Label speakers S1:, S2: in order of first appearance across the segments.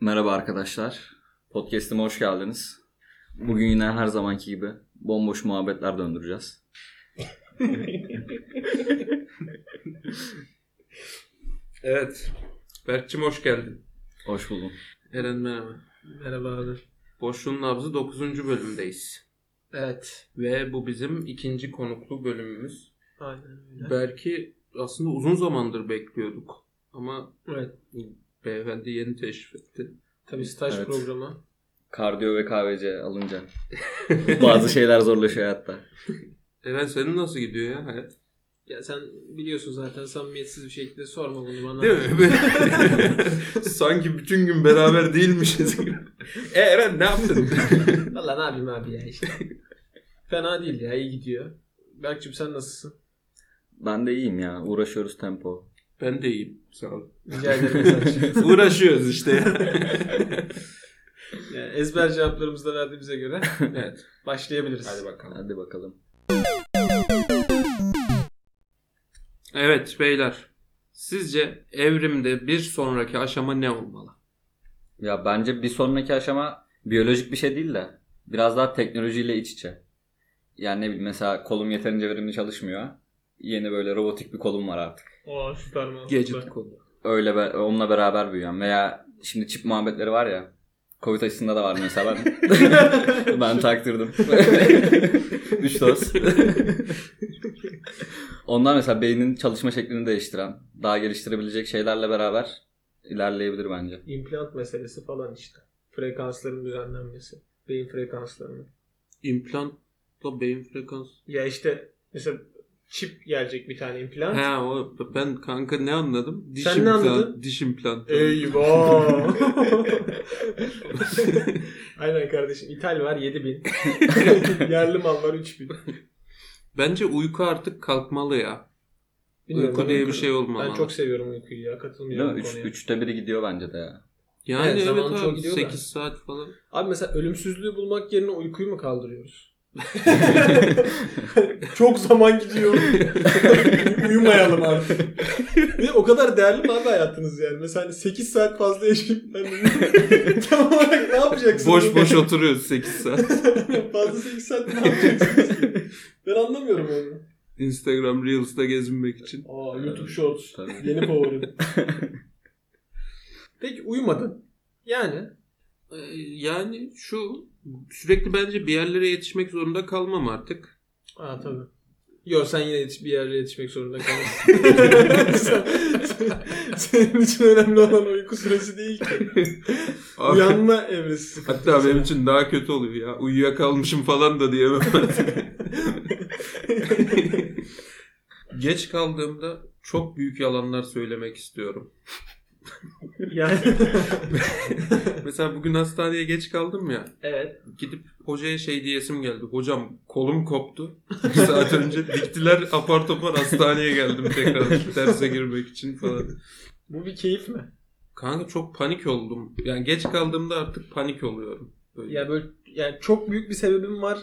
S1: Merhaba arkadaşlar. Podcast'ime hoş geldiniz. Bugün yine her zamanki gibi bomboş muhabbetler döndüreceğiz.
S2: Evet. Berkçim hoş geldin.
S1: Hoş buldum.
S2: Eren merhaba.
S3: Merhaba abi.
S2: Boşluğun Nabzı 9. bölümdeyiz.
S3: Evet.
S2: Ve bu bizim ikinci konuklu bölümümüz.
S3: Aynen öyle.
S2: Berk'i aslında uzun zamandır bekliyorduk. Ama
S3: Evet.
S2: beyefendi yeni teşrif etti.
S3: Tabii staj
S1: Evet.
S3: programı.
S1: Kardiyo ve KVC alınca bazı şeyler zorlaşıyor hayatta.
S2: Eren senin nasıl gidiyor ya hayat?
S3: Ya sen biliyorsun zaten samimiyetsiz bir şekilde sorma bunu bana.
S2: Değil mi? Sanki bütün gün beraber değilmişiz gibi. E Eren ne yaptın?
S3: Valla ne yapayım abi ya işte. Fena değil ya iyi gidiyor. Berk'cim sen nasılsın?
S1: Ben de iyiyim ya. Uğraşıyoruz tempo.
S2: ben de iyiyim. Sağ ol.
S3: Rica ederim Esat'cığım.
S2: Uğraşıyoruz işte ya.
S3: yani ezber cevaplarımızı da verdiğimize göre
S2: evet.
S3: başlayabiliriz.
S2: Hadi bakalım.
S1: Hadi bakalım.
S2: Evet beyler. Sizce evrimde bir sonraki aşama ne olmalı?
S1: Ya bence bir sonraki aşama biyolojik bir şey değil de biraz daha teknolojiyle iç içe. Yani ne bileyim mesela kolum yeterince verimli çalışmıyor. Yeni böyle robotik bir kolum var artık.
S3: Oo süper mantıklı.
S2: Gadget kolu.
S1: öyle be- onunla beraber büyüyen veya şimdi çip muhabbetleri var ya Covid aşısında da var mesela ben, ben taktırdım. Üç doz. Onlar mesela beynin çalışma şeklini değiştiren, daha geliştirebilecek şeylerle beraber ilerleyebilir bence.
S3: İmplant meselesi falan işte. Frekansların düzenlenmesi. Beyin frekanslarının.
S2: İmplantla beyin frekansı.
S3: Ya işte mesela çip gelecek bir tane implant.
S2: He o ben kanka ne anladım? Diş
S3: Sen ne
S2: implant-
S3: anladın?
S2: Diş implantı.
S3: Eyvah. Aynen kardeşim. İthal var 7000. Yerli mal var 3000.
S2: Bence uyku artık kalkmalı ya.
S3: Bilmiyorum,
S2: uyku
S3: ben
S2: diye bir
S3: uyku-
S2: şey olmamalı.
S3: Ben çok seviyorum uykuyu ya.
S1: Değil mi?
S3: Katılmıyorum bu
S1: Üç,
S3: konuya.
S1: üçte biri gidiyor bence de ya.
S2: Yani
S3: Evet,
S2: evet,
S3: zaman
S2: abi
S3: çok gidiyor da.
S2: 8 saat falan.
S3: Abi mesela ölümsüzlüğü bulmak yerine uykuyu mu kaldırıyoruz? çok zaman gidiyor. Uyumayalım artık. Ve o kadar değerli mi abi hayatınız yani? Mesela 8 saat fazla yaşayıp yani tam olarak ne yapacaksınız?
S2: Boş boş oturuyoruz 8 saat.
S3: Fazla 8 saat ne yapacaksınız? ki? ben anlamıyorum onu.
S2: Instagram Reels'da gezinmek için.
S3: Aa YouTube Shorts.
S1: Tabii.
S3: Yeni favorim. Peki uyumadın. Yani
S2: Ee, Yani şu sürekli bence bir yerlere yetişmek zorunda kalmam artık.
S3: Aa tabii. Yo sen yine yetiş- bir yerle yetişmek zorunda kalırsın. Sen- sen- Senin için önemli olan uyku süresi değil ki. Ah.
S2: Abi-
S3: Uyanma evresi. sıkıntı
S2: Hatta benim
S3: mesela.
S2: için daha kötü oluyor ya. Uyuyakalmışım falan da diyemem. Geç kaldığımda çok büyük yalanlar söylemek istiyorum.
S3: Yani...
S2: Mesela bugün hastaneye geç kaldım ya.
S3: evet.
S2: Gidip hocaya şey diyesim geldi. Hocam kolum koptu. Bir saat önce diktiler apar topar hastaneye geldim tekrar derse girmek için falan.
S3: Bu bir keyif mi?
S2: Kanka çok panik oldum. Yani geç kaldığımda artık panik oluyorum. Böyle.
S3: Ya böyle yani çok büyük bir sebebim var.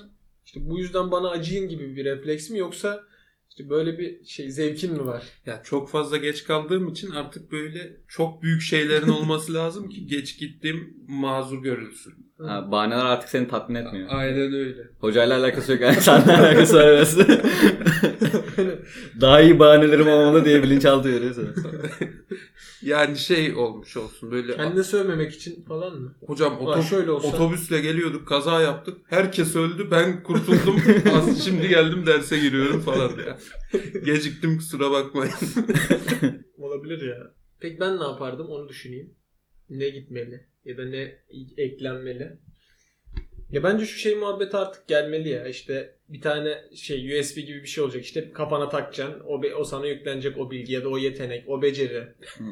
S3: İşte bu yüzden bana acıyın gibi bir refleks mi yoksa işte böyle bir şey zevkin mi var?
S2: Ya çok fazla geç kaldığım için artık böyle çok büyük şeylerin olması lazım ki geç gittiğim mazur görülsün.
S1: Ha, bahaneler artık seni tatmin etmiyor.
S2: Aynen öyle.
S1: Hocayla alakası yok. Yani seninle alakası var. arası. daha iyi bahanelerim olmalı diye bilinçaltı veriyor sana.
S2: Yani şey olmuş olsun böyle.
S3: Kendine sövmemek için falan mı?
S2: Hocam
S3: Ulan
S2: otobüs,
S3: şöyle olsa-
S2: otobüsle geliyorduk kaza yaptık. Herkes öldü ben kurtuldum. Az şimdi geldim derse giriyorum falan. Ya. Geciktim kusura bakmayın.
S3: Olabilir ya. Peki ben ne yapardım onu düşüneyim. Ne gitmeli ya da ne eklenmeli? Ya bence şu şey muhabbeti artık gelmeli ya. İşte bir tane şey USB gibi bir şey olacak. İşte kafana takacaksın. O, be- o sana yüklenecek o bilgi ya da o yetenek, o beceri.
S1: Hı.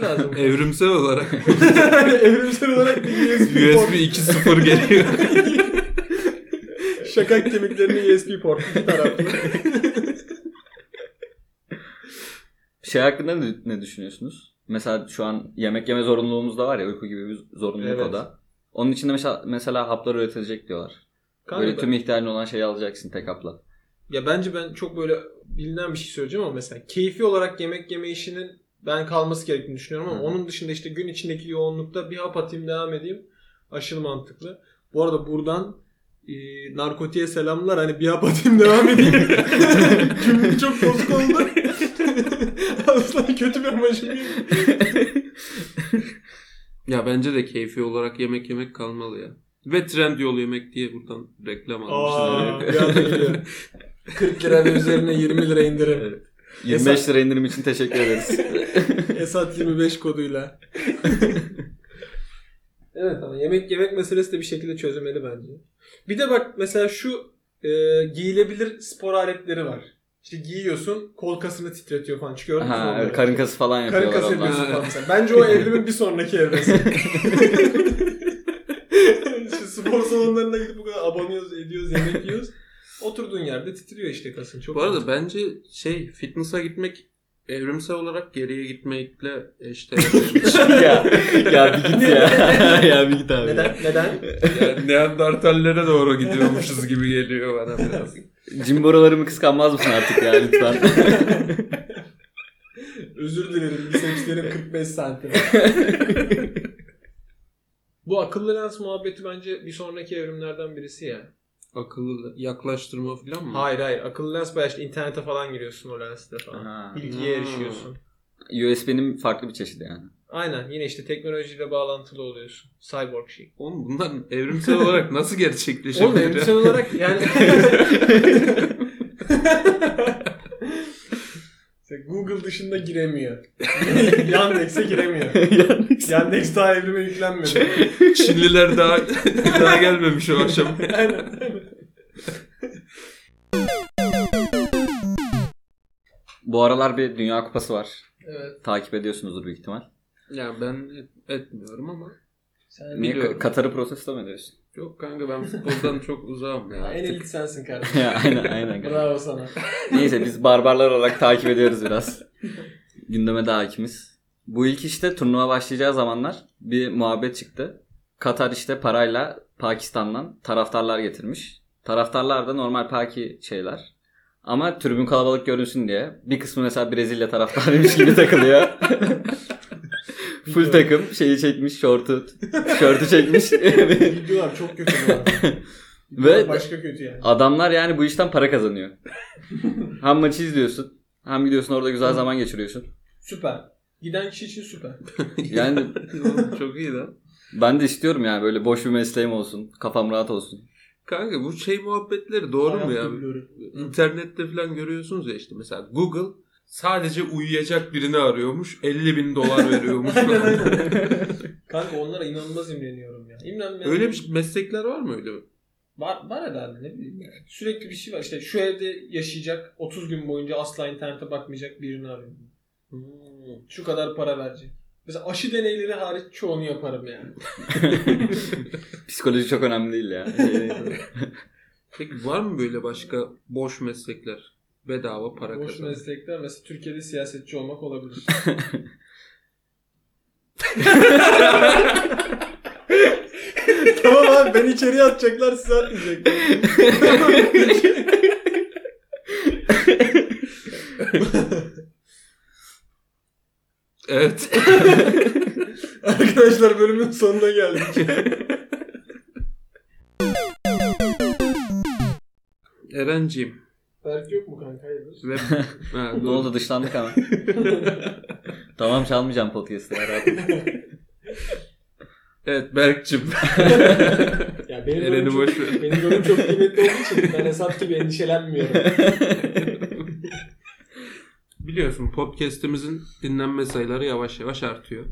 S3: lazım.
S2: Evrimsel olarak
S3: Evrimsel olarak bir USB,
S2: USB 2.0 geliyor.
S3: port. Şakak kemiklerine USB port. İki taraflı.
S1: Şey hakkında ne, ne düşünüyorsunuz? Mesela şu an yemek yeme zorunluluğumuz da var ya uyku gibi bir zorunluluk
S3: Evet.
S1: o da. Onun içinde mesela, mesela haplar üretilecek diyorlar.
S3: Kanka
S1: Böyle
S3: ben-
S1: tüm ihtiyacın olan şeyi alacaksın tek hapla.
S3: Ya bence ben çok böyle bilinen bir şey söyleyeceğim ama mesela keyfi olarak yemek yeme işinin Ben kalması gerektiğini düşünüyorum ama
S1: Hı.
S3: onun dışında işte gün içindeki yoğunlukta bir hap atayım devam edeyim. Aşırı mantıklı. Bu arada buradan e, narkotiğe selamlar. Hani bir hap atayım devam edeyim. Cümle çok bozuk oldu. Aslında kötü bir amacım değil.
S2: Ya bence de keyfi olarak yemek yemek kalmalı ya. Ve trend yol yemek diye buradan reklam
S3: Aa,
S2: almışlar.
S3: bir anda geliyor. 40 lira ve üzerine 20 lira indirim.
S1: 25 lira indirim için teşekkür ederiz.
S3: Esat 25 koduyla. evet ama yemek yemek meselesi de bir şekilde çözülmeli bence. Bir de bak mesela şu e, giyilebilir spor aletleri var. İşte giyiyorsun kol kasını titretiyor falan. Çünkü
S1: ha, evet, karın kası falan
S3: Karın
S1: yapıyorlar onlar.
S3: kası yapıyorsun
S2: onlar.
S3: falan mesela. Bence o evrimin bir sonraki evresi. işte spor salonlarına gidip bu kadar aboneyiz, ediyoruz, yemek yiyoruz. Oturduğun yerde titriyor işte kasın. Çok
S2: Bu arada bence şey fitness'a gitmek evrimsel olarak geriye gitmekle e, eşdeğer.
S1: ya, ya bir git ya. ya bir git abi.
S3: neden? Neden?
S2: yani Neandertallere doğru gidiyormuşuz gibi geliyor bana biraz.
S1: Cimboralarımı kıskanmaz mısın artık ya lütfen?
S3: Özür dilerim. Bicepslerim 45 santim. Bu akıllı lens muhabbeti bence bir sonraki evrimlerden birisi ya.
S2: Akıllı yaklaştırma falan mı?
S3: Hayır hayır. Akıllı lens bayağı işte internete falan giriyorsun o lensle falan.
S1: Ha.
S3: Bilgiye
S2: Hmm.
S3: erişiyorsun.
S1: USB'nin farklı bir çeşidi yani.
S3: Aynen. Yine işte teknolojiyle bağlantılı oluyorsun. Cyborg şey.
S2: Oğlum bunlar evrimsel olarak nasıl gerçekleşebilir?
S3: Oğlum evrimsel olarak yani... Mesela Google dışında giremiyor. Yandex'e giremiyor. Yandex daha evrime yüklenmedi.
S2: ya? Çinliler daha daha gelmemiş o akşam.
S1: Bu aralar bir Dünya Kupası var.
S3: evet.
S1: Takip ediyorsunuzdur büyük ihtimal.
S2: Ya ben et- etmiyorum ama.
S3: Sen
S1: Niye
S2: Biliyorum.
S1: Ka- Katar'ı protesto mu ediyorsun?
S2: Yok kanka ben futboldan çok uzağım ya.
S3: en
S2: Artık.
S3: elit sensin kardeşim.
S1: ya aynen aynen.
S3: Bravo sana.
S1: Neyse biz barbarlar olarak takip ediyoruz biraz. Gündeme daha hakimiz. Bu ilk işte turnuva başlayacağı zamanlar bir muhabbet çıktı. Katar işte parayla Pakistan'dan taraftarlar getirmiş. Taraftarlar da normal Paki şeyler. Ama tribün kalabalık görünsün diye. Bir kısmı mesela Brezilya taraftarıymış gibi takılıyor. Full takım şeyi çekmiş, şortu, şortu çekmiş.
S3: Videolar çok kötü. bu arada.
S1: Ve
S3: Başka kötü yani.
S1: Adamlar yani bu işten para kazanıyor. hem maçı izliyorsun. Hem gidiyorsun orada güzel zaman geçiriyorsun.
S3: Süper. Giden kişi için süper.
S1: Yani
S2: Oğlum çok iyi lan.
S1: ben de istiyorum yani böyle boş bir mesleğim olsun. Kafam rahat olsun.
S2: Kanka bu şey muhabbetleri doğru mu ya? İnternette falan görüyorsunuz ya işte mesela Google sadece uyuyacak birini arıyormuş 50 bin dolar veriyormuş.
S3: Aynen
S2: falan.
S3: aynen. Kanka onlara inanılmaz imreniyorum ya. İmrenmeyen
S2: Öyle bir şey- meslekler var mı öyle?
S3: var, var herhalde ne bileyim. yani. Sürekli bir şey var. İşte şu evde yaşayacak 30 gün boyunca asla internete bakmayacak birini arıyorum.
S2: Hmm.
S3: Şu kadar para verecek. Mesela aşı deneyleri hariç çoğunu yaparım yani.
S1: Psikoloji çok önemli değil ya.
S2: Peki var mı böyle başka boş meslekler? Bedava para
S3: Boş
S2: kazan.
S3: meslekler mesela Türkiye'de siyasetçi olmak olabilir. tamam abi beni içeriye atacaklar size atmayacaklar.
S2: Evet.
S3: Arkadaşlar bölümün sonuna geldik.
S2: Erenciğim.
S3: Berk yok mu kanka? Hayırdır?
S2: Ve... Ha,
S1: ne
S2: doğru.
S1: oldu dışlandık ama. tamam çalmayacağım podcast'ı. ya, rahat ol.
S2: Evet Berk'cim.
S3: Ya benim
S2: Eren'i
S3: bölüm çok,
S2: boş ver.
S3: benim bölüm çok kıymetli olduğu için ben hesap gibi endişelenmiyorum.
S2: Biliyorsun podcast'imizin dinlenme sayıları yavaş yavaş artıyor.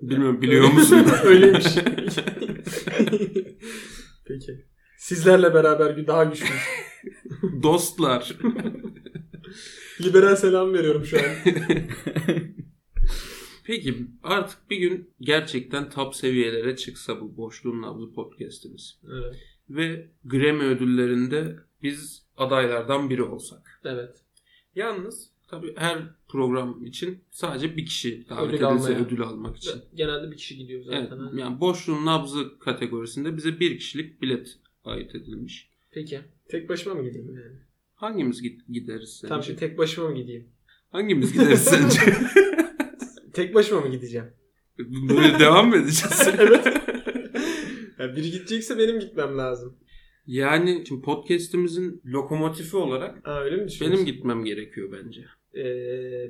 S2: Bilmiyorum biliyor musun?
S3: Öyleymiş. şey. Peki. Sizlerle beraber daha güçlü.
S2: Dostlar.
S3: Liberal selam veriyorum şu an.
S2: Peki artık bir gün gerçekten top seviyelere çıksa bu Boşluğun Nabzı podcast'imiz.
S3: Evet.
S2: Ve Grammy ödüllerinde biz adaylardan biri olsak.
S3: evet.
S2: Yalnız tabii her program için sadece bir kişi davet
S3: Ödül
S2: edilse
S3: almaya.
S2: ödül almak için.
S3: Genelde bir kişi gidiyor zaten.
S2: Evet,
S3: ha.
S2: yani Boşluğun Nabzı kategorisinde bize bir kişilik bilet ait edilmiş.
S3: Peki. Tek başıma mı gideyim yani?
S2: Hangimiz git- gideriz sence?
S3: Tamam şimdi tek başıma mı gideyim?
S2: Hangimiz gideriz sence?
S3: Tek başıma mı gideceğim?
S2: Böyle devam mı edeceğiz?
S3: Ya biri gidecekse benim gitmem lazım.
S2: yani şimdi podcast'imizin lokomotifi olarak
S3: Ha, öyle mi düşünüyorsun?
S2: benim gitmem gerekiyor bence.
S3: Ee,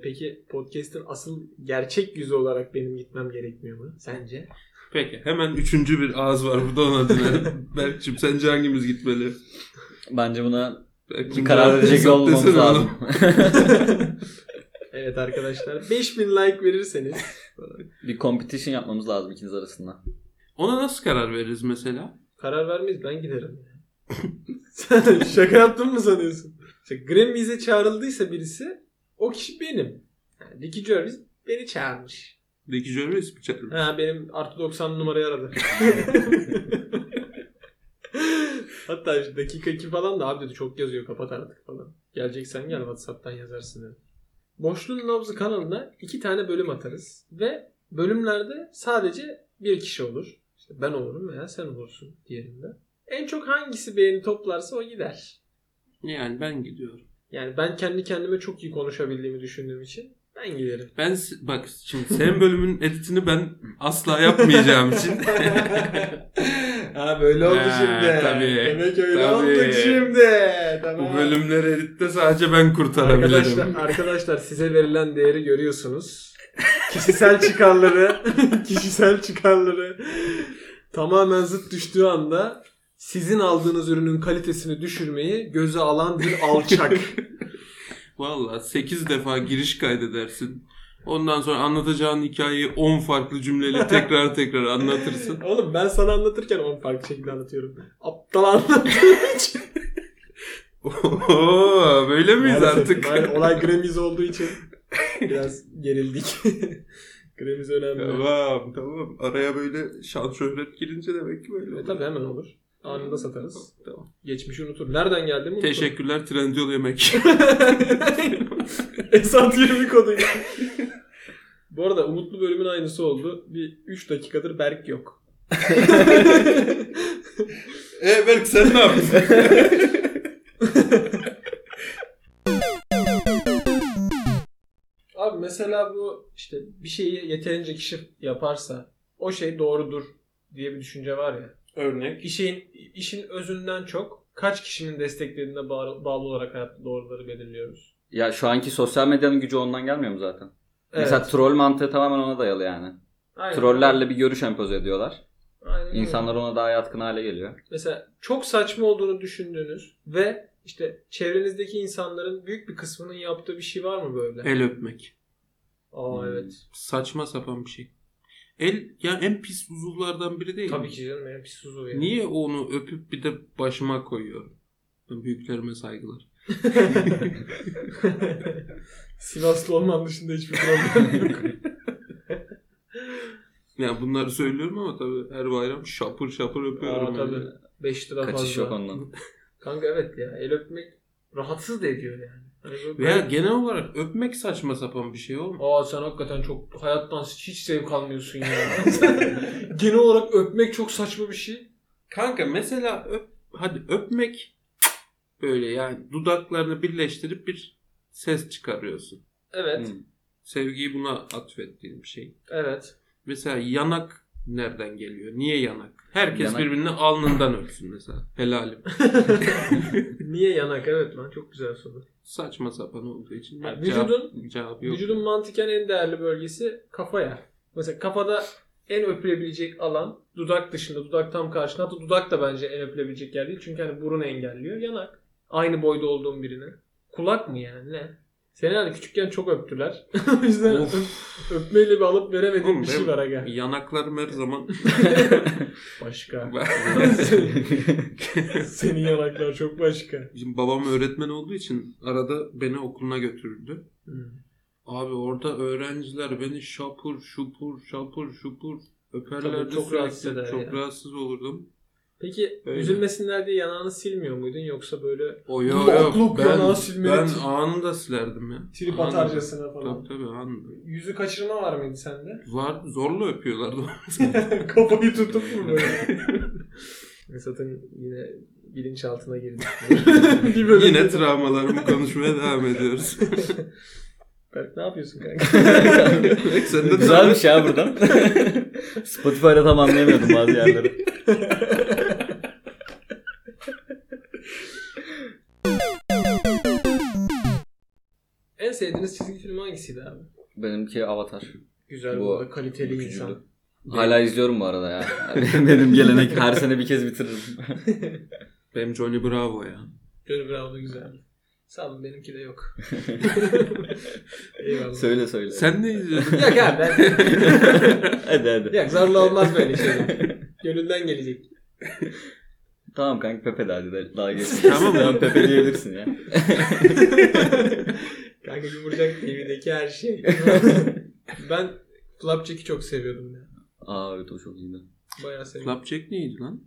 S3: peki podcast'in asıl gerçek yüzü olarak benim gitmem gerekmiyor mu sence?
S2: Peki hemen üçüncü bir ağız var burada onun adına. Berk'cim sence hangimiz gitmeli?
S1: Bence buna bir
S2: Berk'cim
S1: karar
S2: cevap
S1: verecek
S2: desene
S1: olmamız
S2: oğlum.
S1: lazım.
S3: Evet arkadaşlar 5000 like verirseniz
S1: bir competition yapmamız lazım ikiniz arasında.
S2: Ona nasıl karar veririz mesela?
S3: karar vermeyiz ben giderim. Sen şaka yaptın mı sanıyorsun? İşte Grammy's'e çağrıldıysa birisi o kişi benim. Yani Ricky Gervais beni çağırmış.
S2: Ricky Gervais mi çağırır?
S3: Ha benim artı 90 numarayı aradı. Hatta işte dakika 2 falan da abi dedi çok yazıyor kapat artık falan. Geleceksen gel Whatsapp'tan yazarsın dedi. Boşluğun Nabzı kanalına iki tane bölüm atarız. Ve bölümlerde sadece bir kişi olur. İşte ben olurum veya sen olursun diğerinde. En çok hangisi beğeni toplarsa o gider.
S2: Yani ben gidiyorum.
S3: Yani ben kendi kendime çok iyi konuşabildiğimi düşündüğüm için ben giderim.
S2: Ben s- bak şimdi senin bölümün editini ben asla yapmayacağım için.
S3: ha böyle oldu
S2: Ha,
S3: şimdi.
S2: tabii.
S3: Demek öyle
S2: Tabii.
S3: olduk şimdi. Tamam.
S2: Bu bölümleri editte sadece ben
S3: Arkadaşlar,
S2: kurtarabilirim.
S3: arkadaşlar size verilen değeri görüyorsunuz. Kişisel çıkarları, kişisel çıkarları tamamen zıt düştüğü anda sizin aldığınız ürünün kalitesini düşürmeyi göze alan bir alçak.
S2: Valla 8 defa giriş kaydedersin. Ondan sonra anlatacağın hikayeyi 10 farklı cümleyle tekrar tekrar anlatırsın.
S3: Oğlum ben sana anlatırken on farklı şekilde anlatıyorum. Aptal anlattığım için.
S2: Oo, böyle miyiz
S3: Maalesef.
S2: artık?
S3: Yani olay Grammys olduğu için biraz gerildik. Grammys önemli.
S2: Tamam tamam. Araya böyle şan şöhret girince demek ki böyle
S3: E,
S2: olur.
S3: tabii hemen olur. Anında satarız.
S2: Tamam.
S3: Geçmişi unutur. Nereden geldi mi?
S2: Teşekkürler Trendyol yemek.
S3: Esat 20 koduyla. Bu arada Umutlu bölümün aynısı oldu. Bir 3 dakikadır Berk yok.
S2: e Berk sen ne yapıyorsun?
S3: Abi mesela bu işte bir şeyi yeterince kişi yaparsa o şey doğrudur diye bir düşünce var ya.
S2: Örnek.
S3: İşin, işin özünden çok kaç kişinin desteklediğine bağlı, bağlı olarak hayatta doğruları belirliyoruz.
S1: Ya şu anki sosyal medyanın gücü ondan gelmiyor mu zaten? Mesela troll mantığı tamamen ona dayalı yani.
S3: Aynen.
S1: Trollerle bir görüş empoze ediyorlar.
S3: Aynen öyle.
S1: İnsanlar ona daha yatkın hale geliyor.
S3: mesela çok saçma olduğunu düşündüğünüz ve işte çevrenizdeki insanların büyük bir kısmının yaptığı bir şey var mı böyle?
S2: El öpmek.
S3: Aa evet.
S2: Saçma sapan bir şey. El ya en pis uzuvlardan biri değil mi?
S3: Tabii ki canım en pis huzuv yani.
S2: Niye onu öpüp bir de başıma koyuyorum? Büyüklerime saygılar.
S3: Sivaslı olman dışında hiçbir problem yok.
S2: Ya bunları söylüyorum ama tabii her bayram şapır şapır öpüyorum.
S3: Aa,
S2: yani.
S3: tabii. 5 lira
S1: Kaçış
S3: fazla.
S1: yok ondan.
S3: Kanka evet ya el öpmek rahatsız da ediyor yani. Hani böyle-
S2: Veya genel olarak öpmek saçma sapan bir şey olmuyor.
S3: Aa sen hakikaten çok hayattan hiç zevk almıyorsun ya. Genel olarak öpmek çok saçma bir şey.
S2: Kanka mesela öp, hadi öpmek böyle yani dudaklarını birleştirip bir ses çıkarıyorsun.
S3: Evet.
S1: Hı.
S2: Sevgiyi buna atfettiğim bir şey.
S3: Evet.
S2: Mesela yanak nereden geliyor? Niye yanak? Herkes
S1: Yanak-
S2: birbirini alnından öpsün mesela. Helalim.
S3: Niye yanak? Evet lan çok güzel soru.
S2: Saçma sapan olduğu için.
S3: Yani
S2: ben cevap-
S3: vücudun-
S2: cevabı yok.
S3: Vücudun mantıken en değerli bölgesi kafaya. Mesela kafada en öpülebilecek alan dudak dışında, dudak tam karşına. Hatta dudak da bence en öpülebilecek yer değil. Çünkü hani burun engelliyor. Yanak. Aynı boyda olduğun birine. Kulak mı yani ne? Seni hani küçükken çok öptüler. o yüzden
S2: Of.
S3: öp- öpmeyle bir alıp veremediğim
S2: Oğlum
S3: bir şey
S2: benim
S3: var aga.
S2: Yanaklarım her zaman
S3: Başka.
S2: Ben-
S3: Senin yanaklar çok başka.
S2: Bizim babam öğretmen olduğu için arada beni okuluna götürürdü. Abi orada öğrenciler beni şapur şupur şapur şupur öperlerdi.
S3: Tabii çok
S2: sürekli.
S3: rahatsız eder
S2: Çok
S3: ya.
S2: rahatsız olurdum.
S3: Peki
S2: Öyle.
S3: üzülmesinler diye yanağını silmiyor muydun yoksa böyle
S2: O yo
S3: Yokluk,
S2: yo ben,
S3: yanağı silmeyi
S2: ben
S3: tri-
S2: anında silerdim ya.
S3: trip
S2: Anında.
S3: atarcasına
S2: Tabii
S3: falan?
S2: tabii anında.
S3: Yüzü kaçırma var mıydı sende?
S2: Var zorla öpüyorlardı.
S3: Kafayı tutup mu böyle? Esat'ın yine bilinçaltına girdik. bir bölüm
S2: Yine
S3: dedi.
S2: travmalarımı konuşmaya devam ediyoruz.
S3: Berk ne yapıyorsun kanka?
S2: Sen de
S1: Güzelmiş ya buradan. Spotify'da tam anlayamıyordum bazı yerleri.
S3: en sevdiğiniz çizgi film hangisiydi abi?
S1: Benimki Avatar.
S3: Güzel
S1: Bu-
S3: bu, arada, kaliteli
S1: ürkücüydü.
S3: insan.
S1: Hala izliyorum bu arada ya. Benim gelenek her sene bir kez bitiririm.
S2: Benim Johnny Bravo ya.
S3: Johnny Bravo da güzeldi. Sağ olun benimki de yok. Eyvallah.
S1: söyle söyle.
S2: Sen ne izliyordun?
S3: Yok abi ben...
S1: hadi hadi.
S3: Yok zorla olmaz böyle şeyler. Gönülden gelecek.
S1: Tamam kanka Pepe de hadi de- daha geçsin.
S2: Tamam mı?
S1: Tamam Pepe diyebilirsin ya.
S3: Kanka Yumurcak TV'deki her şey. ben Flapjack'i çok seviyordum ya.
S1: Aa evet o çok iyiydi.
S3: Bayağı seviyordum.
S2: Flapjack neydi lan?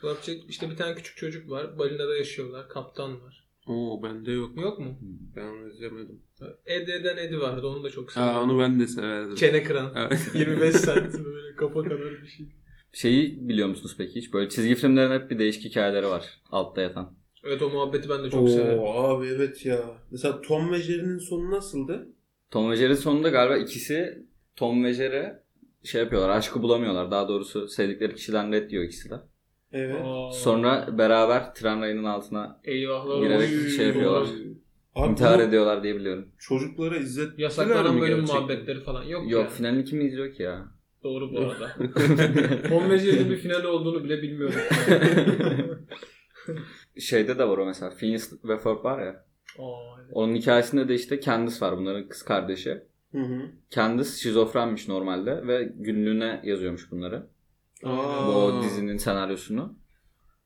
S3: Flapjack işte bir tane küçük çocuk var. Balinada yaşıyorlar. Kaptan var.
S2: Oo bende yok.
S3: Yok mu?
S2: Ben onu izlemedim.
S3: Eddie'den Eddie vardı. Onu da çok
S2: Aa
S3: seviyordum.
S2: onu ben de severdim.
S3: Çene kıran.
S2: Evet.
S3: 25 santim böyle kafa kadar bir şey.
S1: Şeyi biliyor musunuz peki hiç? Böyle çizgi filmlerin hep bir değişik hikayeleri var. Altta yatan.
S3: Evet o muhabbeti ben de çok severim.
S2: abi evet ya. Mesela Tom ve Jerry'nin sonu nasıldı?
S1: Tom ve Jerry sonunda galiba ikisi Tom ve Jerry şey yapıyorlar. Aşkı bulamıyorlar. Daha doğrusu sevdikleri kişiden red diyor ikisi de.
S2: Evet.
S3: Aa,
S1: Sonra beraber tren rayının altına
S3: eyvahlar
S1: Girerek
S3: olsun.
S1: şey yapıyorlar.
S2: Abi
S1: intihar
S2: bunu
S1: ediyorlar diye biliyorum.
S2: Çocuklara izlettiler
S3: Yasaklanan
S2: mi
S3: bölüm
S2: gerçekten?
S3: muhabbetleri falan yok,
S1: Yok
S3: yani.
S1: finalini kim izliyor ki ya?
S3: Doğru bu arada. Tom ve Jerry'nin bir finali olduğunu bile bilmiyordum.
S1: Şeyde de var o mesela. Phineas ve Ferb var ya.
S3: Aa, evet.
S1: Onun hikayesinde de işte Candice var bunların kız kardeşi.
S2: Hı hı.
S1: Candice şizofrenmiş normalde ve günlüğüne yazıyormuş bunları.
S2: Aa.
S1: Bu dizinin senaryosunu.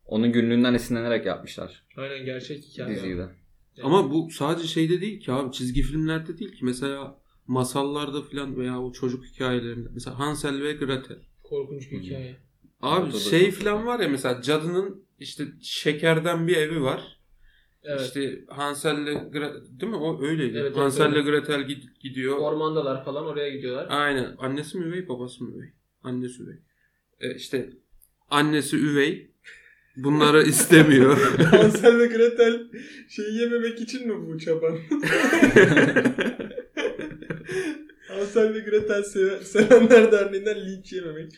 S1: Onun günlüğünden esinlenerek yapmışlar
S3: Aynen gerçek hikaye.
S1: diziyi de.
S3: Yani
S2: Ama bu sadece şeyde değil ki abi çizgi filmlerde değil ki mesela masallarda filan veya o çocuk hikayelerinde mesela Hansel ve Gretel.
S3: korkunç bir hikaye.
S2: Abi
S1: Orada da
S2: şey
S1: çok
S2: filan
S1: güzel.
S2: var ya mesela cadının işte şekerden bir evi var.
S3: Evet.
S2: İşte Hansel'le Gre- değil mi? O öyleydi.
S3: Evet, evet,
S2: Hansel'le
S3: öyle.
S2: Gretel gid- gidiyor.
S3: Ormandalar falan oraya gidiyorlar.
S2: Aynen. Annesi mi üvey, babası mı üvey? Annesi üvey. E işte annesi üvey. Bunları istemiyor.
S3: Hansel ve Gretel şeyi yememek için mi bu çaban? Hansel ve Gretel Sevenler Derneği'nden linç yememek.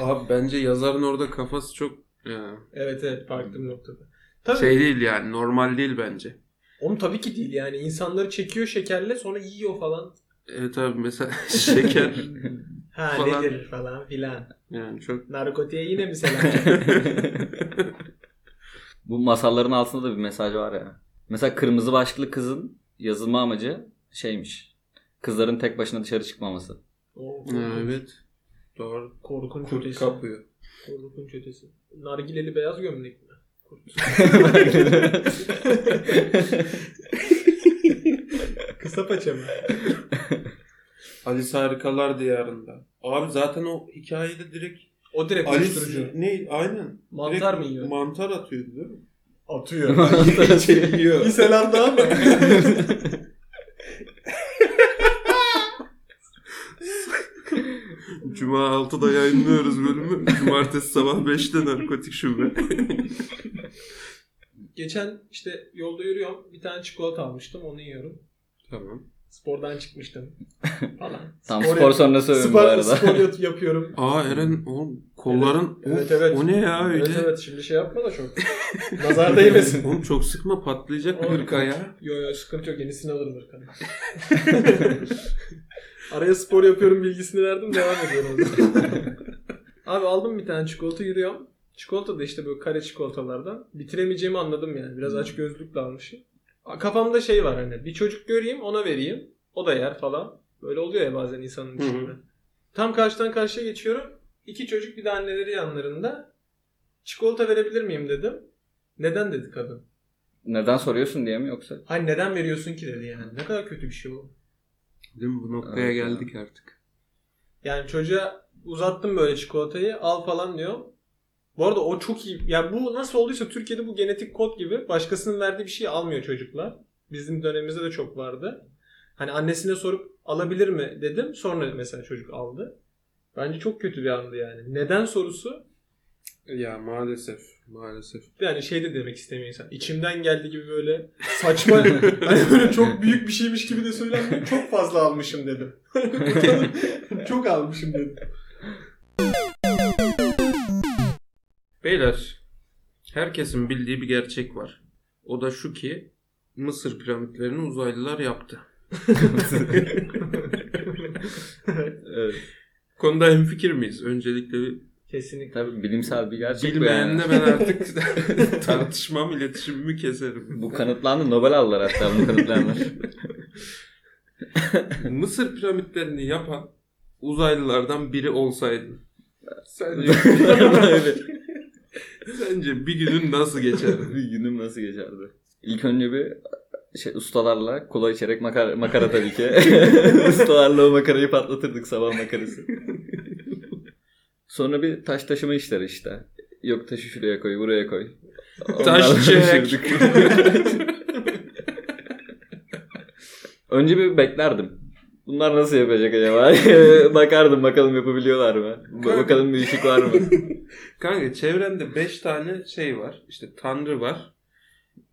S2: Abi bence yazarın orada kafası çok e,
S3: Evet evet farklı bir noktada. Tabii.
S2: şey değil yani normal değil bence.
S3: Oğlum tabii ki değil yani. insanları çekiyor şekerle sonra yiyor falan.
S2: Evet abi E, mesela şeker
S3: Ha
S2: Falan.
S3: nedir falan filan.
S2: yani çok E,
S3: Narkotiğe yine mi selam?
S1: Bu masalların altında da bir mesaj var ya. Mesela kırmızı başlıklı kızın yazılma amacı şeymiş. Kızların tek başına dışarı çıkmaması.
S3: Oo,
S2: Ha, evet. Doğru.
S3: Korkunç
S2: Kurt
S3: ötesi.
S2: kapıyor.
S3: Korkunç ötesi. Nargileli beyaz gömlek mi? Kurt. Kısa paça mı?
S2: Alice Harikalar Diyarında. Abi zaten o hikayede direkt
S3: O direkt uyuşturucu.
S2: Alice ne aynen.
S3: Mantar
S2: Direkt
S3: mı yiyor?
S2: Mantar atıyordu değil mi?
S3: Atıyor.
S2: Yiyor.
S3: Bir selam daha mı?
S2: Cuma 6'da yayınlıyoruz bölümü. Cumartesi sabah 5'te narkotik şube.
S3: Geçen işte yolda yürüyorum. Bir tane çikolata almıştım. Onu yiyorum.
S2: Tamam.
S3: Spordan çıkmıştım. Falan.
S1: Tam spor sonrası övün bu
S3: spor,
S1: arada.
S3: spor yap- yapıyorum.
S2: Aa Eren o kolların
S3: Evet,
S2: Of,
S3: evet.
S2: o ne ya öyle?
S3: Evet evet şimdi şey yapma da çok. Nazarda yemesin.
S2: Oğlum çok sıkma patlayacak
S3: Oğlum.
S2: hırka ya.
S3: Yo yo sıkıntı yok yenisini alırım Erkan. Araya spor yapıyorum bilgisini verdim devam ediyorum. o zaman. Abi aldım bir tane çikolata yürüyorum. Çikolata da işte böyle kare çikolatalardan. Bitiremeyeceğimi anladım yani. Biraz aç gözlükle almışım. Kafamda şey var hani bir çocuk göreyim ona vereyim. O da yer falan. Böyle oluyor ya bazen insanın
S2: Hı hı.
S3: içinde. Tam karşıdan karşıya geçiyorum. İki çocuk bir de anneleri yanlarında. Çikolata verebilir miyim dedim. Neden dedi kadın.
S1: Neden soruyorsun diye mi yoksa?
S3: Hayır Hani neden veriyorsun ki dedi yani. Ne kadar kötü bir şey bu.
S2: Değil mi bu noktaya
S1: Evet,
S2: geldik artık.
S3: Yani çocuğa uzattım böyle çikolatayı al falan diyor. Bu arada o çok iyi. Yani bu nasıl olduysa Türkiye'de bu genetik kod gibi başkasının verdiği bir şeyi almıyor çocuklar. Bizim dönemimizde de çok vardı. Hani annesine sorup alabilir mi dedim. Sonra mesela çocuk aldı. Bence çok kötü bir andı yani. Neden sorusu
S2: Ya maalesef. Maalesef.
S3: Yani şey de demek istemiyor insan. İçimden geldi gibi böyle saçma hani böyle çok büyük bir şeymiş gibi de söylenmiyor. Çok fazla almışım dedim. çok almışım dedim.
S2: Beyler, herkesin bildiği bir gerçek var. O da şu ki Mısır piramitlerini uzaylılar yaptı.
S1: Evet.
S2: Konuda hemfikir miyiz? Öncelikle bir-
S3: Kesinlikle.
S1: Tabii bilimsel bir gerçek bu yani.
S2: bilmeyenle ben artık tartışmam, iletişimimi keserim.
S1: Bu kanıtlandı. Nobel aldılar hatta bunu kanıtlayanlar.
S2: Mısır piramitlerini yapan uzaylılardan biri olsaydın. Sence,
S1: Böyle
S2: sence bir günün nasıl geçer?
S1: bir günüm nasıl geçerdi? İlk önce bir şey, ustalarla kola içerek makara, makara tabii ki. ustalarla o makarayı patlatırdık sabah makarası. Sonra bir taş taşıma işleri işte. Yok taşı şuraya koy, buraya koy. Onlarla
S2: Taş çek.
S1: uğraşırdık. Önce bir beklerdim. Bunlar nasıl yapacak acaba? Bakardım bakalım yapabiliyorlar mı? Ba- Bakalım bir ışık var mı?
S2: Kanka çevrende 5 tane şey var. İşte tanrı var.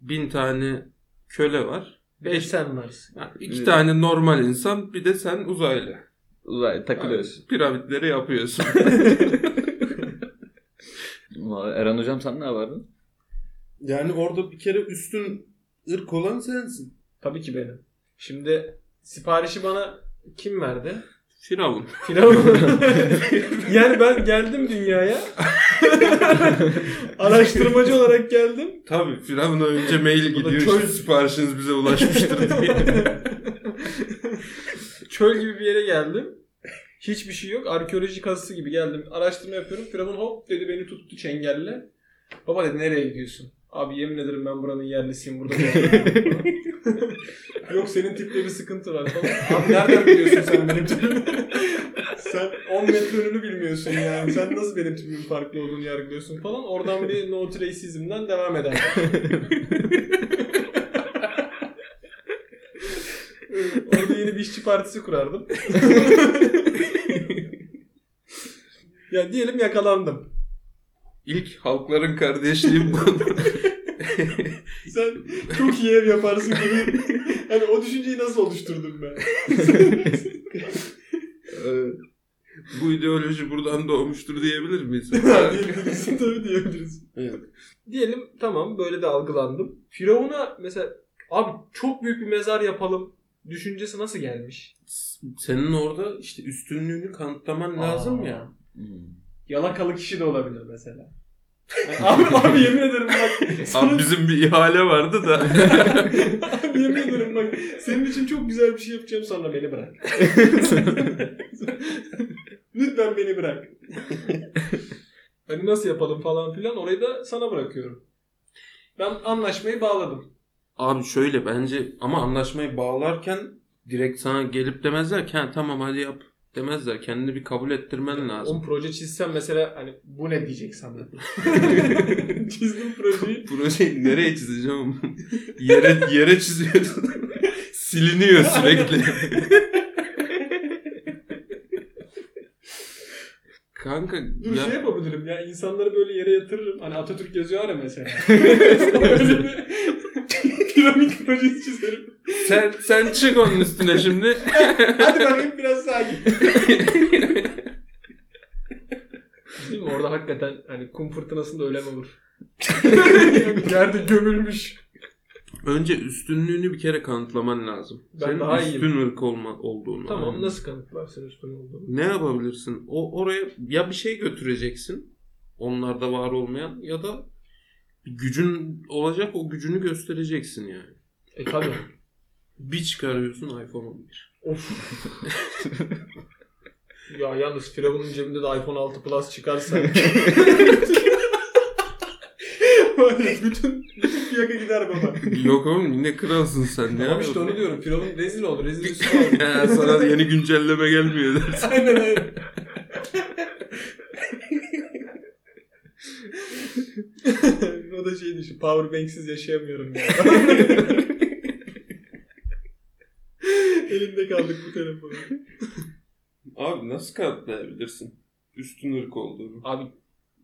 S2: Bin tane köle var.
S3: Beş
S2: Beş,
S3: sen varsın.
S2: yani iki tane normal insan bir de sen uzaylı.
S1: Uzay takılıyoruz.
S2: Yani piramitleri yapıyorsun.
S1: Vay, Eren hocam sen ne yapardın?
S2: yani orada bir kere üstün ırk olan sensin.
S3: Tabii ki benim. Şimdi siparişi bana kim verdi?
S2: Firavun.
S3: Firavun. yani ben geldim dünyaya. Araştırmacı olarak geldim.
S2: Tabii Firavun'a önce mail
S3: Bu da
S2: gidiyor.
S3: çöl-
S2: "Şu Siparişiniz bize ulaşmıştır diye.
S3: Çöl gibi bir yere geldim. Hiçbir şey yok. Arkeoloji kazısı gibi geldim. Araştırma yapıyorum. Firavun hop dedi beni tuttu çengelle. Baba dedi nereye gidiyorsun? Abi yemin ederim ben buranın yerlisiyim. Burada doğdum." Yok senin tipte bir sıkıntı var falan. Abi nereden biliyorsun sen benim tipimi? sen 10 metre önünü bilmiyorsun yani. Sen nasıl benim tipimin farklı olduğunu yargılıyorsun falan. Oradan bir no trace'izmden devam eder. Ee, Orada yeni bir işçi partisi kurardım. ya diyelim yakalandım.
S2: İlk halkların kardeşliği bu.
S3: Sen çok iyi ev yaparsın gibi. Hani o düşünceyi nasıl oluşturdun ben?
S2: bu ideoloji buradan doğmuştur diyebilir miyiz?
S3: diyebilirsin tabii diyebiliriz.
S2: Evet.
S3: Diyelim tamam böyle de algılandım. Firavun'a mesela abi çok büyük bir mezar yapalım düşüncesi nasıl gelmiş?
S2: Senin orada işte üstünlüğünü kanıtlaman lazım
S3: Aa.
S2: ya.
S3: Yalakalı kişi de olabilir mesela. Yani abi, abi yemin ederim bak. sana-
S2: Abi bizim bir ihale vardı da.
S3: Abi yemin ederim bak senin için çok güzel bir şey yapacağım sonra beni bırak. Lütfen beni bırak. hani nasıl yapalım falan filan orayı da sana bırakıyorum. Ben anlaşmayı bağladım.
S2: Abi şöyle bence ama anlaşmayı bağlarken direkt sana gelip demezler ki "Ha, tamam hadi yap demezler. Kendini bir kabul ettirmen lazım.
S3: On proje çizsem mesela hani bu ne diyecek sandım. Çizdim projeyi.
S2: Projeyi şey, nereye çizeceğim? yere yere çiziyorsun. Siliniyor sürekli. Kanka
S3: Dur
S2: ya-
S3: şey yapabilirim ya insanları böyle yere yatırırım. Hani Atatürk yazıyor ya mesela. Böyle bir Piramit projesi çizerim.
S2: sen sen çık onun üstüne şimdi.
S3: Hadi bakayım biraz sakin. Değil mi? Orada hakikaten hani kum fırtınasında ölen olur. Yerde gömülmüş.
S2: Önce üstünlüğünü bir kere kanıtlaman lazım.
S3: Ben
S2: Senin
S3: daha
S2: üstün ırk olma olduğunu.
S3: Tamam nasıl kanıtlarsın üstüne olduğunu?
S2: Ne yapabilirsin? O oraya ya bir şey götüreceksin. Onlarda var olmayan ya da bir gücün olacak o gücünü göstereceksin yani.
S3: E tabi.
S2: Bir çıkarıyorsun iPhone 11.
S3: Of. ya yalnız Firavun'un cebinde de iPhone 6 Plus çıkarsa. Böyle bütün, bütün fiyaka gider baba.
S2: Yok oğlum ne kralsın sen ya.
S3: Tamam işte onu diyorum. Firavun rezil olur. Rezil
S2: şey
S3: üstüne olur.
S2: Ya sana yeni güncelleme gelmiyor.
S3: Aynen öyle. o da şey düşün. Powerbank'siz yaşayamıyorum ya. Elimde kaldık bu telefonu.
S2: Abi nasıl kanıtlayabilirsin? Üstün ırk olduğunu.
S3: Abi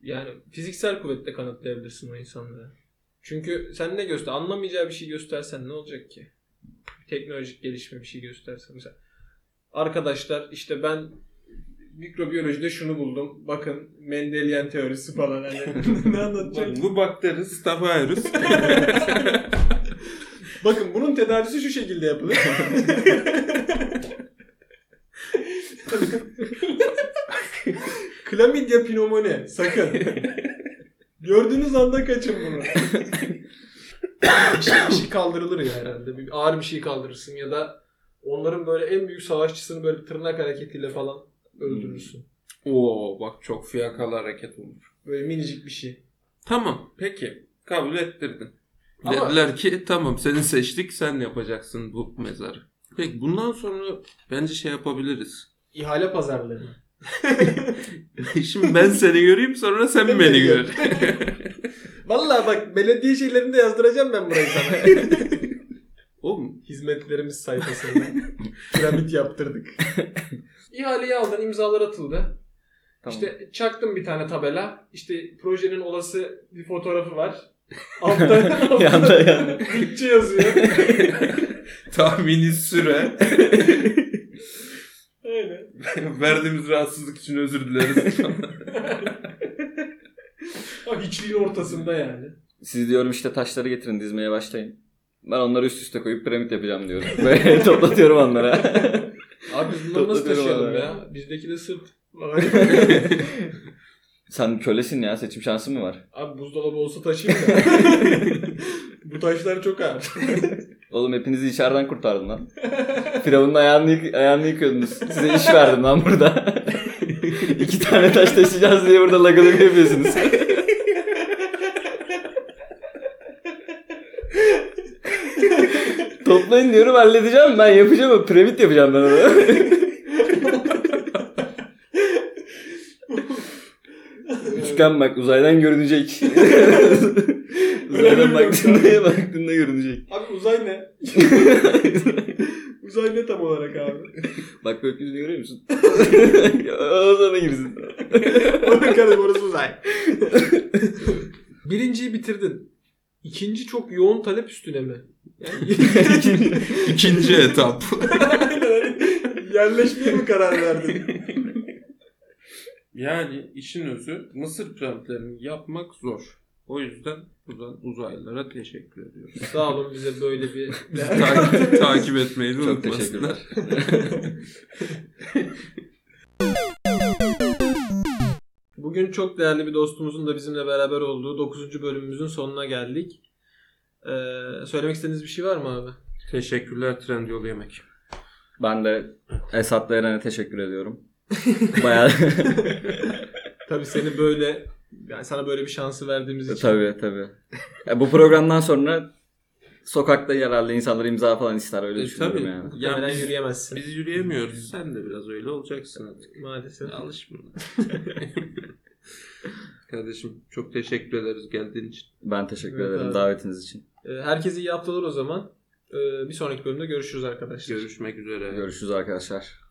S3: Yani fiziksel kuvvetle kanıtlayabilirsin o insanlara. Çünkü sen ne göster? Anlamayacağı bir şey göstersen ne olacak ki? Teknolojik gelişme bir şey göstersen. Mesela arkadaşlar işte ben mikrobiyolojide şunu buldum. Bakın Mendelian teorisi falan. Hani ne anlatacak?
S2: Bu bakteri Staphylos.
S3: Bakın bunun tedavisi şu şekilde yapılır. Klamidya pneumoni sakın. Gördüğünüz anda kaçın bunu. bir, şey, bir şey kaldırılır ya herhalde. Bir ağır bir şey kaldırırsın ya da onların böyle en büyük savaşçısını böyle tırnak hareketiyle falan öldürürsün.
S2: Oo bak çok fiyakalı hareket olur.
S3: Böyle minicik bir şey.
S2: Tamam peki kabul ettirdin.
S3: Ama-
S2: Dediler ki tamam seni seçtik sen yapacaksın bu mezarı. Peki bundan sonra bence şey yapabiliriz.
S3: İhale pazarları.
S2: Şimdi ben seni göreyim sonra sen beni
S3: Sen beni
S2: gör.
S3: Vallahi bak belediye şeylerini de yazdıracağım ben burayı sana.
S2: Oğlum
S3: Hizmetlerimiz sayfasında piramit yaptırdık. İhaleyi aldın imzalar atıldı.
S1: Tamam.
S3: İşte çaktım bir tane tabela. İşte projenin olası bir fotoğrafı var. Altta, altta
S1: Yanda, yanda.
S3: Türkçe yazıyor.
S2: tahmini süre.
S3: Aynen.
S2: Verdiğimiz rahatsızlık için özür dileriz.
S3: Bak hiçliğin ortasında yani.
S1: Siz diyorum işte taşları getirin dizmeye başlayın. Ben onları üst üste koyup piramit yapacağım diyorum. Böyle toplatıyorum onlara.
S3: Abi biz
S1: bunları nasıl taşıyalım
S3: ya? Bizdeki de sırt.
S1: Sen kölesin ya seçim şansın mı var?
S3: Abi buzdolabı olsa taşıyayım da. Bu taşlar çok ağır.
S1: Oğlum hepinizi içeriden kurtardım lan. Firavun'un ayağını, yık- ayağını yıkıyordunuz. Size iş verdim lan burada. İki tane taş taşıyacağız diye burada lagalık yapıyorsunuz. Toplayın diyorum halledeceğim ben yapacağım o piramit yapacağım ben onu. Üçgen bak uzaydan görünecek.
S3: Öyle
S1: uzaydan
S3: mi
S1: baktığında, baktığında görünecek.
S3: Abi uzay ne? uzay ne tam olarak abi?
S1: Bak gökyüzünü görüyor musun? o sana girsin.
S3: Ona kadar orası uzay. Birinciyi bitirdin. İkinci çok yoğun talep üstüne mi? Yani
S2: İkinci etap.
S3: yerleşmeye mi karar verdin?
S2: Yani işin özü Mısır piramitlerini yapmak zor. O yüzden buradan uzaylılara teşekkür ediyoruz.
S3: Sağ olun bize böyle bir...
S2: Bizi takip, takip etmeyi de
S1: Çok
S2: unutmasınlar.
S1: teşekkürler.
S3: Bugün çok değerli bir dostumuzun da bizimle beraber olduğu 9. bölümümüzün sonuna geldik. Ee, söylemek istediğiniz bir şey var mı abi?
S2: Teşekkürler Trendyol Yemek.
S1: Ben de Esat'la Eren'e teşekkür ediyorum. Bayağı
S3: Tabii seni böyle yani sana böyle bir şansı verdiğimiz için.
S1: tabii tabii. Ya bu programdan sonra sokakta yerelde insanlar imza falan ister öyle
S2: E,
S1: düşünüyorum
S2: tabii.
S1: yani.
S3: Muhtemelen
S2: Ya biz-
S3: yürüyemezsin
S2: Biz yürüyemiyoruz. Sen de biraz öyle olacaksın artık.
S3: maalesef.
S2: Alışma. Kardeşim çok teşekkür ederiz geldiğin için.
S1: Ben teşekkür
S3: Evet
S1: ederim
S3: abi.
S1: davetiniz için.
S3: Ee, Herkese iyi haftalar o zaman. Ee, Bir sonraki bölümde görüşürüz arkadaşlar.
S2: Görüşmek üzere.
S1: Görüşürüz arkadaşlar.